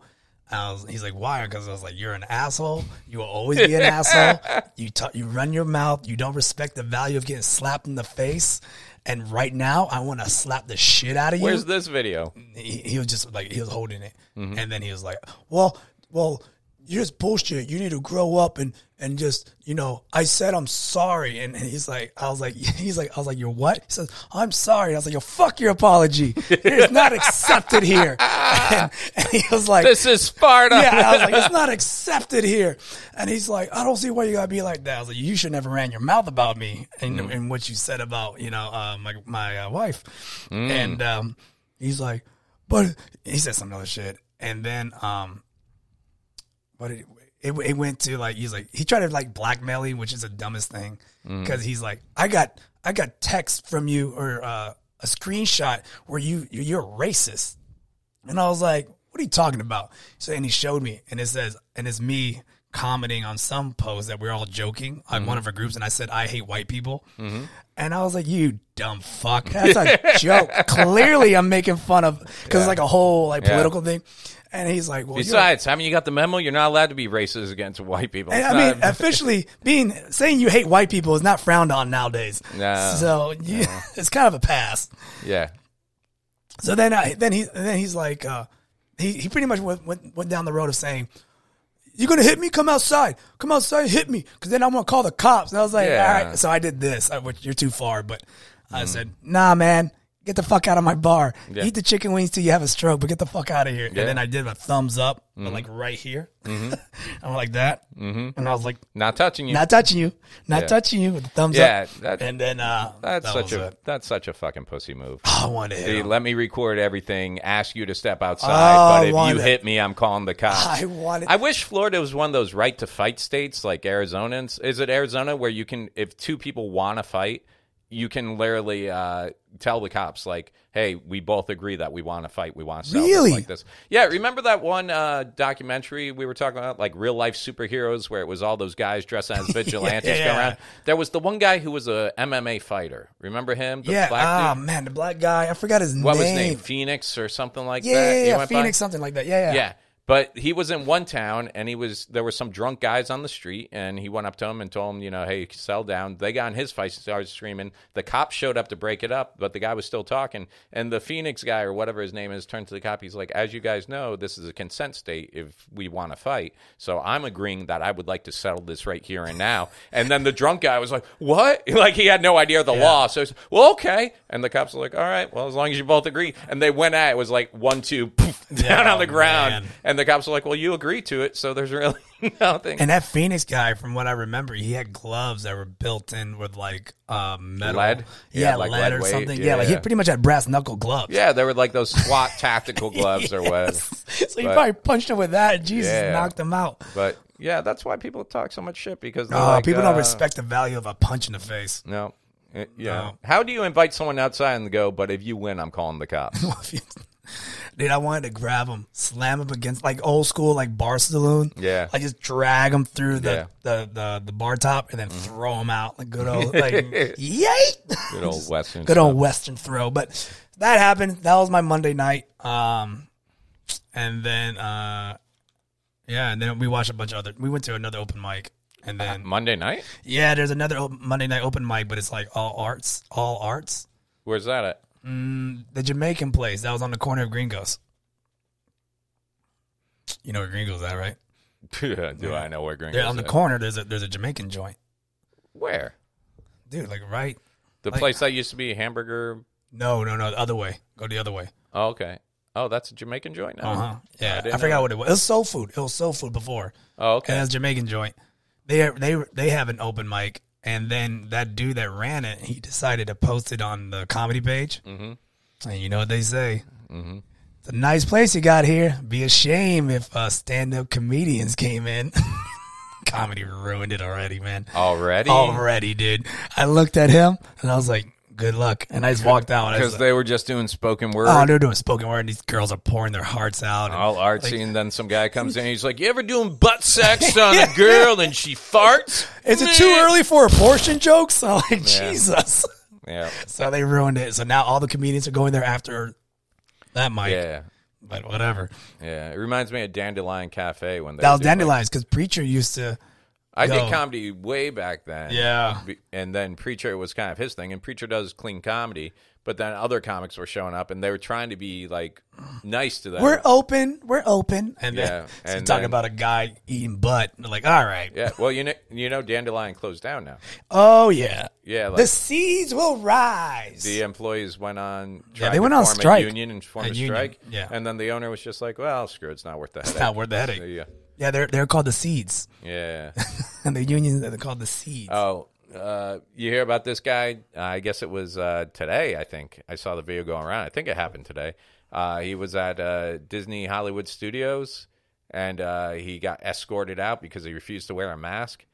I was, he's like, "Why?" Because I was like, "You're an asshole. You will always be an asshole. You ta you run your mouth. You don't respect the value of getting slapped in the face." And right now, I want to slap the shit out of you Where's this video? he, he was just like he was holding it, and then he was like, "Well, well, you're just bullshit. You need to grow up and and just you know." I said I'm sorry, and, and he's like, "I was like, he's like, I was like, you're what?" He says, "I'm sorry." I was like, "Yo, fuck your apology. It's not accepted here." And, and he was like, This is Sparta. yeah, I was like, it's not accepted here. And he's like, I don't see why you gotta be like that. I was like, you should never ran your mouth about me and, and what you said about you know uh, my my uh, wife. And um, he's like, but he said some other shit. And then um, but it, it it went to like he's like he tried to like blackmail you, which is the dumbest thing because he's like I got I got text from you or uh, a screenshot where you you- you're racist, and I was like, what are you talking about? So and he showed me, and it says, and it's me commenting on some post that we're all joking on Mm-hmm. one of our groups, and I said I hate white people, and I was like, you dumb fuck, that's a joke. Clearly, I'm making fun of because it's like a whole like political thing, and he's like, well, you're- Besides, haven't you got the memo? You're not allowed to be racist against white people. I It's mean, not- officially, being saying you hate white people is not frowned on nowadays. No. So you, it's kind of a pass. yeah. So then, I, then he, then he's like, uh, he he pretty much went, went went down the road of saying, "You're gonna hit me? Come outside. Come outside. and Hit me, because then I'm gonna call the cops." And I was like, Yeah. "All right." So I did this, uh, which you're too far, but I said, "Nah, man." Get the fuck out of my bar. Yeah. Eat the chicken wings till you have a stroke, but get the fuck out of here. And then I did a thumbs up, but Mm-hmm. like right here. I'm like that. Mm-hmm. And I was like, Not touching you. not touching you, not Yeah. touching you with the thumbs yeah. up. that- And then uh, that's that such was a it. Oh, that's such a fucking pussy move. I wanted to hit They him. let me record everything, ask you to step Oh, I outside, but if want you it. hit me, I'm calling the cops. I want it. I wish Florida was one of those right to fight states like Arizona. and- Is it Arizona where you can, if two people want to fight, you can literally uh, tell the cops, like, hey, we both agree that we want to fight. We want to settle this Really? like this. Yeah, remember that one uh, documentary we were talking about, like real life superheroes, where it was all those guys dressed as vigilantes Yeah. going around? There was the one guy who was a MMA fighter. Remember him? The yeah, black dude? ah man, the black guy. I forgot his what was name. his name? Phoenix or something like Yeah, that. yeah, He yeah, went by? Phoenix, something like that. Yeah, yeah. Yeah. But he was in one town, and he was there were some drunk guys on the street, and he went up to him and told him, you know, hey, settle down. They got in his face and started screaming. The cops showed up to break it up, but the guy was still talking. And the Phoenix guy or whatever his name is turned to the cop. He's like, as you guys know, this is a consent state if we want to fight. So I'm agreeing that I would like to settle this right here and now. And then the drunk guy was like, what? Like he had no idea the law. So he's, well, okay. And the cops were like, all right, well, as long as you both agree. And they went at it. It was like one, two, poof, down Yeah, on the ground. Oh, man. And the cops were like, well, you agreed to it. So there's really nothing. And that Phoenix guy, from what I remember, he had gloves that were built in with like uh, metal, Lead? yeah, Yeah, like lead, lead or weight. something. Yeah, Yeah, like yeah. he pretty much had brass knuckle gloves. yeah, there were like those SWAT tactical gloves or whatever. so he But- probably punched him with that. and Jesus, Yeah. knocked him out. But yeah, that's why people talk so much shit because they're Oh, like, people don't uh, respect the value of a punch in the face. No. Uh, Yeah. No. How do you invite someone outside and go, but if you win, I'm calling the cops? Dude, I wanted to grab him, slam him against like old school, like bar saloon. Yeah. I just drag him through the, Yeah. Mm-hmm. the, the, the bar top and then throw him out. Like good old, like, yay! Good old Western. good old Western throw. But that happened. That was my Monday night. Um, and then, uh, yeah, and then we watched a bunch of other. We went to another open mic, and then Monday night? yeah, there's another op- Monday night open mic, but it's like all arts, all arts. Where's that at? The Jamaican place that was on the corner of Gringos. You know where Gringos at, right? Do I know where Green There is on the at? corner. There's a there's a Jamaican joint, Where? dude. Like right? The Like- uh, place that used to be hamburger. No, no, no. The other way. Go the other way. Oh, okay. Oh, that's a Jamaican joint now? Uh huh. Yeah, I, Uh-huh. didn't forgot know. what it was. It was soul food. It was soul food before. Oh, okay. and that's Jamaican joint. They they they have an open mic, and then that dude that ran it, he decided to post it on the comedy page. Mm-hmm. And you know what they say? Mm-hmm. It's a nice place you got here. Be a shame if uh, stand up comedians came in. comedy ruined it already, man. Already? Already, dude. I looked at him and I was like, "Good luck," and I just walked out. and I was Because like, they were just doing spoken word. Oh, they're doing spoken word, and these girls are pouring their hearts out. and- all artsy, and then some guy comes in. He's like, "You ever doing butt sex on a girl and she farts?" Is it too early for abortion jokes? I'm like, Jesus. Yeah, So they ruined it. So now all the comedians are going there after that mic. yeah, But whatever. yeah. It reminds me of Dandelion Cafe when they That was did, like, dandelions because preacher used to. I did Yo. comedy way back then. Yeah. Be- And then Preacher was kind of his thing, and Preacher does clean comedy, but then other comics were showing up and they were trying to be like nice to them. We're open. We're open. And Yeah, then so and talking then- about a guy eating butt. and they're Like, all right. yeah. Well, you know, you know, Dandelion closed down now. Oh yeah. Yeah. Like the seas will rise. the employees went on. Yeah, tried they to went on form a strike. Union and form A a, union, strike. yeah. And then the owner was just like, "Well, screw, it, it's not worth the headache." It's not worth the headache. Yeah. Yeah, they're they're called the seeds, Yeah. and the unions they're called the seeds. Oh, uh, you hear about this guy? I guess it was uh, today. I think I saw the video going around. I think it happened today. Uh, he was at uh, Disney Hollywood Studios, and uh, he got escorted out because he refused to wear a mask.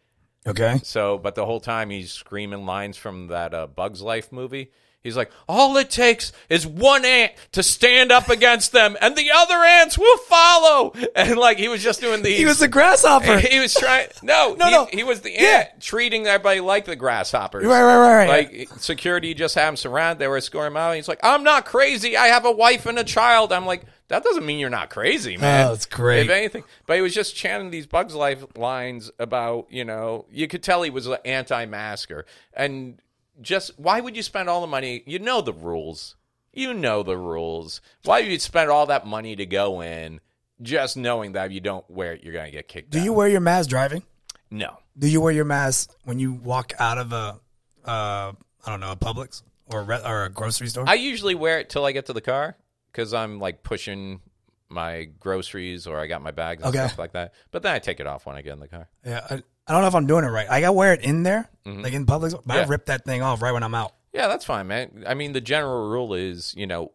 Okay. So, but the whole time he's screaming lines from that uh, Bugs Life movie. He's like, all it takes is one ant to stand up against them, and the other ants will follow. And like he was just doing the He was the grasshopper. right, he was trying. No, No, he, no. He was the Yeah. ant treating everybody like the grasshoppers. right, right, right. Like security just had him surrounded. They were escorting him out. He's like, "I'm not crazy. I have a wife and a child." I'm like, "That doesn't mean you're not crazy, man." Oh, that's great. If anything, but he was just chanting these Bugs Life lines about you know you could tell he was an anti-masker and just why would you spend all the money? You know the rules. You know the rules. Why would you spend all that money to go in? Just knowing that if you don't wear it, you're gonna get kicked Do out. you wear your mask driving? No. Do you wear your mask when you walk out of a, uh, I don't know, a Publix or a, re- or a grocery store? I usually wear it till I get to the car because I'm like pushing my groceries or I got my bags and Okay. stuff like that. But then I take it off when I get in the car. yeah, I, I don't know if I'm doing it right. I got to wear it in there, like in Publix, but I Mm-hmm. Yeah. rip that thing off right when I'm out. Yeah, that's fine, man. I mean, the general rule is, you know,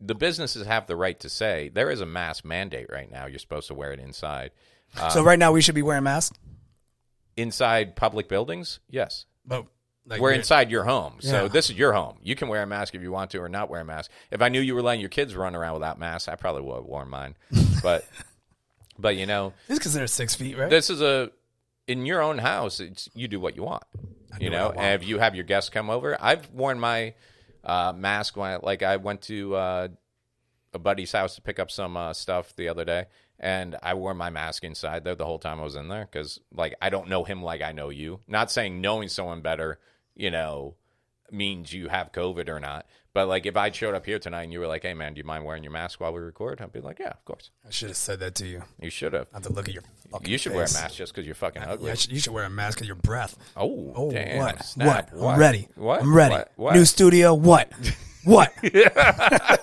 the businesses have the right to say there is a mask mandate right now. You're supposed to wear it inside. Uh, so right now we should be wearing masks, Inside public buildings? Yes. but like we're you're- inside your home. So Yeah. this is your home. You can wear a mask if you want to or not wear a mask. If I knew you were letting your kids run around without masks, I probably would have worn mine. But but you know, It's considered six feet, right? this is a in your own house it's you do what you want you know and if you have your guests come over i've worn my uh, mask when I, like i went to uh, a buddy's house to pick up some uh, stuff the other day And I wore my mask inside there the whole time I was in there because, like, I don't know him like I know you. Not saying knowing someone better, you know, means you have COVID or not. But, like, if I showed up here tonight and you were like, hey, man, do you mind wearing your mask while we record? I'd be like, yeah, of course. I should have said that to you. You should have. I have to look at your fucking You should face. wear a mask just because you're fucking ugly. Yeah, I should- you should wear a mask of your breath. Oh, Oh, damn. what? Snap. what? I'm ready. What? I'm ready. What? What? New studio. What? what?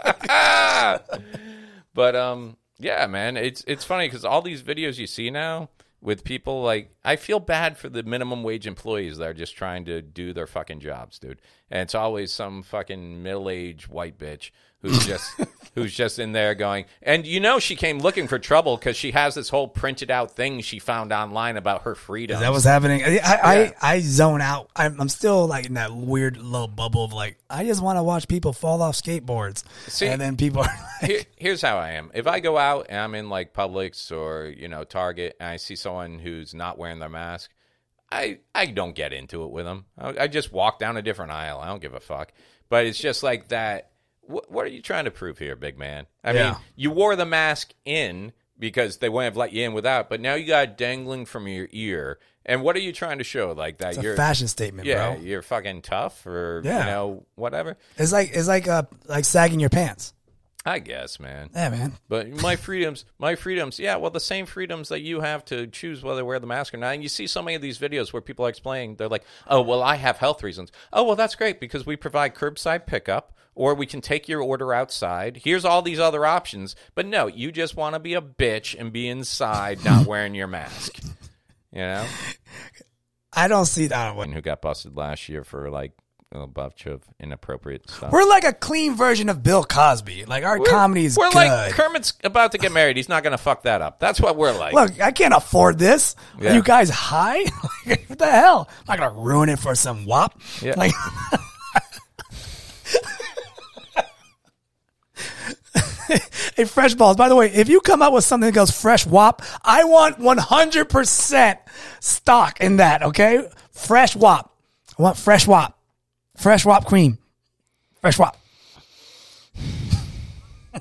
But um, yeah, man, it's it's funny because all these videos you see now with people like I feel bad for the minimum wage employees that are just trying to do their fucking jobs, dude. And it's always some fucking middle aged white bitch who's just who's just in there going, and you know she came looking for trouble because she has this whole printed out thing she found online about her freedom. That was happening. I I, Yeah. I, I zone out. I'm, I'm still like in that weird little bubble of like I just want to watch people fall off skateboards, See- and then people are like, Here, here's how I am. If I go out and I'm in like Publix or you know Target and I see someone who's not wearing their mask, I I don't get into it with them. I, I just walk down a different aisle. I don't give a fuck. But it's just like that. What, what are you trying to prove here, big man? I Yeah. mean, you wore the mask in because they wouldn't have let you in without, but now you got it dangling from your ear. And what are you trying to show? Like that it's a you're fashion statement, yeah, bro. you're fucking tough or Yeah. you know whatever. It's like it's like uh like sagging your pants. I guess, man. Yeah, man. But my freedoms, my freedoms, yeah, well, the same freedoms that you have to choose whether to wear the mask or not. And you see so many of these videos where people are explaining, they're like, oh, well, I have health reasons. Oh, well, that's great because we provide curbside pickup or we can take your order outside. Here's all these other options. But no, you just want to be a bitch and be inside not wearing your mask. You know? I don't see that one. And who got busted last year for like a bunch of inappropriate stuff. We're like a clean version of Bill Cosby. Like our We're- comedy is We're good. like Kermit's about to get married. He's not going to fuck that up. That's what we're like. Look, I can't afford this. Yeah. Are you guys high? Like, what the hell? I'm not gonna ruin it for some wop. Yeah. Like, hey, fresh balls. By the way, if you come up with something that goes fresh wop, I want 100 percent stock in that. Okay, fresh wop. I want fresh wop, fresh wop cream, fresh wop.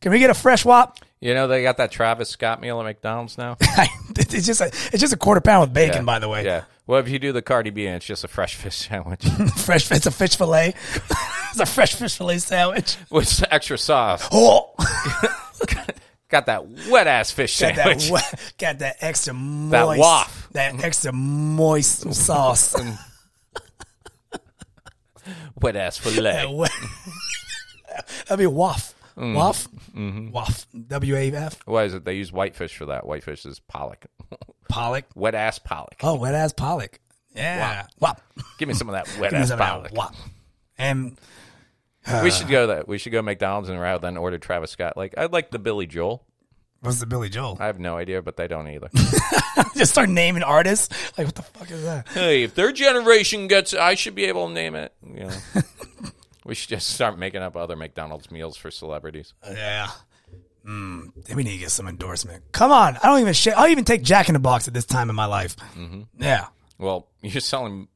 Can we get a fresh wop? You know they got that Travis Scott meal at McDonald's now. it's just a, it's just a quarter pound with bacon, Yeah. by the way. yeah. Well, if you do the Cardi B, and it's just a fresh fish sandwich Fresh, it's a fish fillet. it's a fresh fish fillet sandwich. with extra sauce. Oh, Got that wet ass fish got that, sandwich. wa- got that extra moist, That waff. Mm-hmm. that extra moist sauce. wet ass That fillet. wa- That'd be waff, Mm-hmm. waff, waff. W a f. What is it? They use whitefish for that. Whitefish is pollock. Pollock. wet ass pollock. Oh, wet ass pollock. Yeah, wop. Give me some of that wet Give me ass some of pollock. that uh. wop. And we should go that. We should go McDonald's and route then order Travis Scott. Like I'd like the Billy Joel. what's the Billy Joel? I have no idea, but they don't either. Just start naming artists. Like, what the fuck is that? hey, if their generation gets, I should be able to name it. You know. we should just start making up other McDonald's meals for celebrities. Yeah. Mm, we need to get some endorsement. Come on. I don't even shit. I'll even take Jack in the Box at this time in my life. Mm-hmm. Yeah. Well, you're selling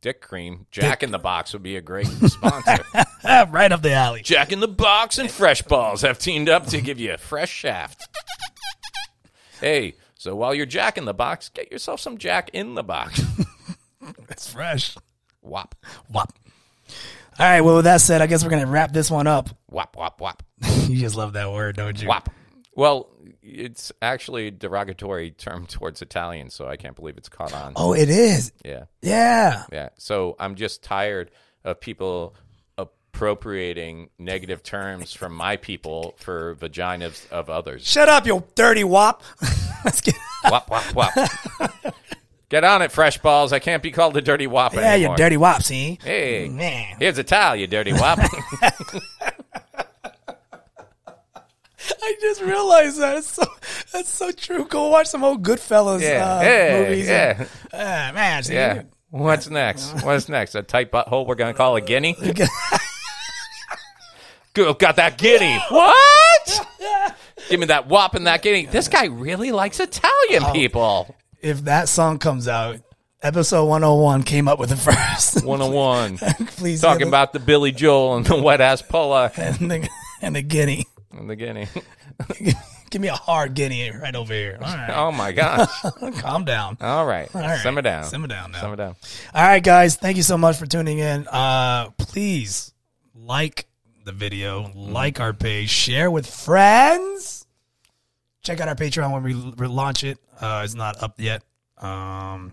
dick cream. Jack in the Box would be a great sponsor. Ah, right up the alley. Jack in the Box and Fresh Balls have teamed up to give you a fresh shaft. Hey, so while you're Jack in the Box, get yourself some Jack in the Box. It's fresh. Wop, Wop. All right. Well, with that said, I guess we're going to wrap this one up. wop, wop, wop, you just love that word, don't you? wop. Well, it's actually a derogatory term towards Italians, so I can't believe it's caught on. Oh, it is. Yeah. Yeah. Yeah. So I'm just tired of people appropriating negative terms from my people for vaginas of others. Shut up, you dirty wop. Let's get. Wop, wop, wop. Get on it, fresh balls. I can't be called a dirty wop Yeah, you anymore. dirty wop, see? Hey. Man. Here's a towel, you dirty wop. I just realized that. It's so, that's so true. Go watch some old Goodfellas Yeah. uh, hey, movies. yeah. Ah, man, see? Yeah. What's next? What's next? A tight butthole we're going to call a guinea? Girl got that guinea. What? Give me that wop and that guinea. This guy really likes Italian Oh, people. if that song comes out, episode 101 came up with it first. 101. Please Talking about the Billy Joel and the wet ass Pollock and the, and the guinea. and the guinea. Give me a hard guinea right over here. All right. Oh my gosh. Calm down. All right. All right. Simmer down. Simmer down now. Simmer down. All right, guys. Thank you so much for tuning in. Uh, please like the video, like our page, share with friends. Check out our Patreon when we l- relaunch it. Uh, it's not up yet. Um,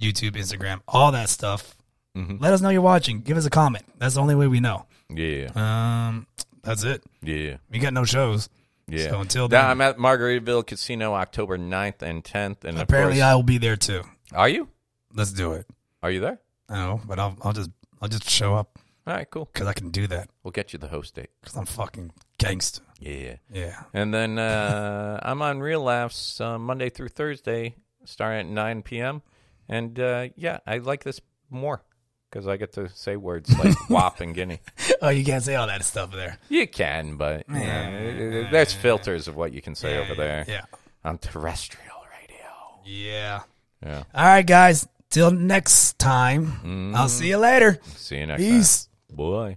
YouTube, Instagram, all that stuff. Let us know you're watching. Give us a comment. That's the only way we know. Yeah. Um, that's it. Yeah. We got no shows. Yeah. So until Now, then- I'm at Margaritaville Casino October 9th and 10th. And of Apparently, course- I will be there too. are you? Let's do it. Are you there? I know, but I'll, I'll just I'll just show up All right, cool. because I can do that We'll get you the host date. because I'm fucking gangster. Yeah. Yeah. And then uh, I'm on Real Laughs uh, Monday through Thursday, starting at 9 p.m. And uh, yeah, I like this more because I get to say words like wop and guinea. Oh, you can't say all that stuff there. You can, but you know, uh, there's filters of what you can say over there Yeah. on terrestrial radio. Yeah. Yeah. All right, guys. Till next time. I'll see you later. See you next Peace. time. Boy.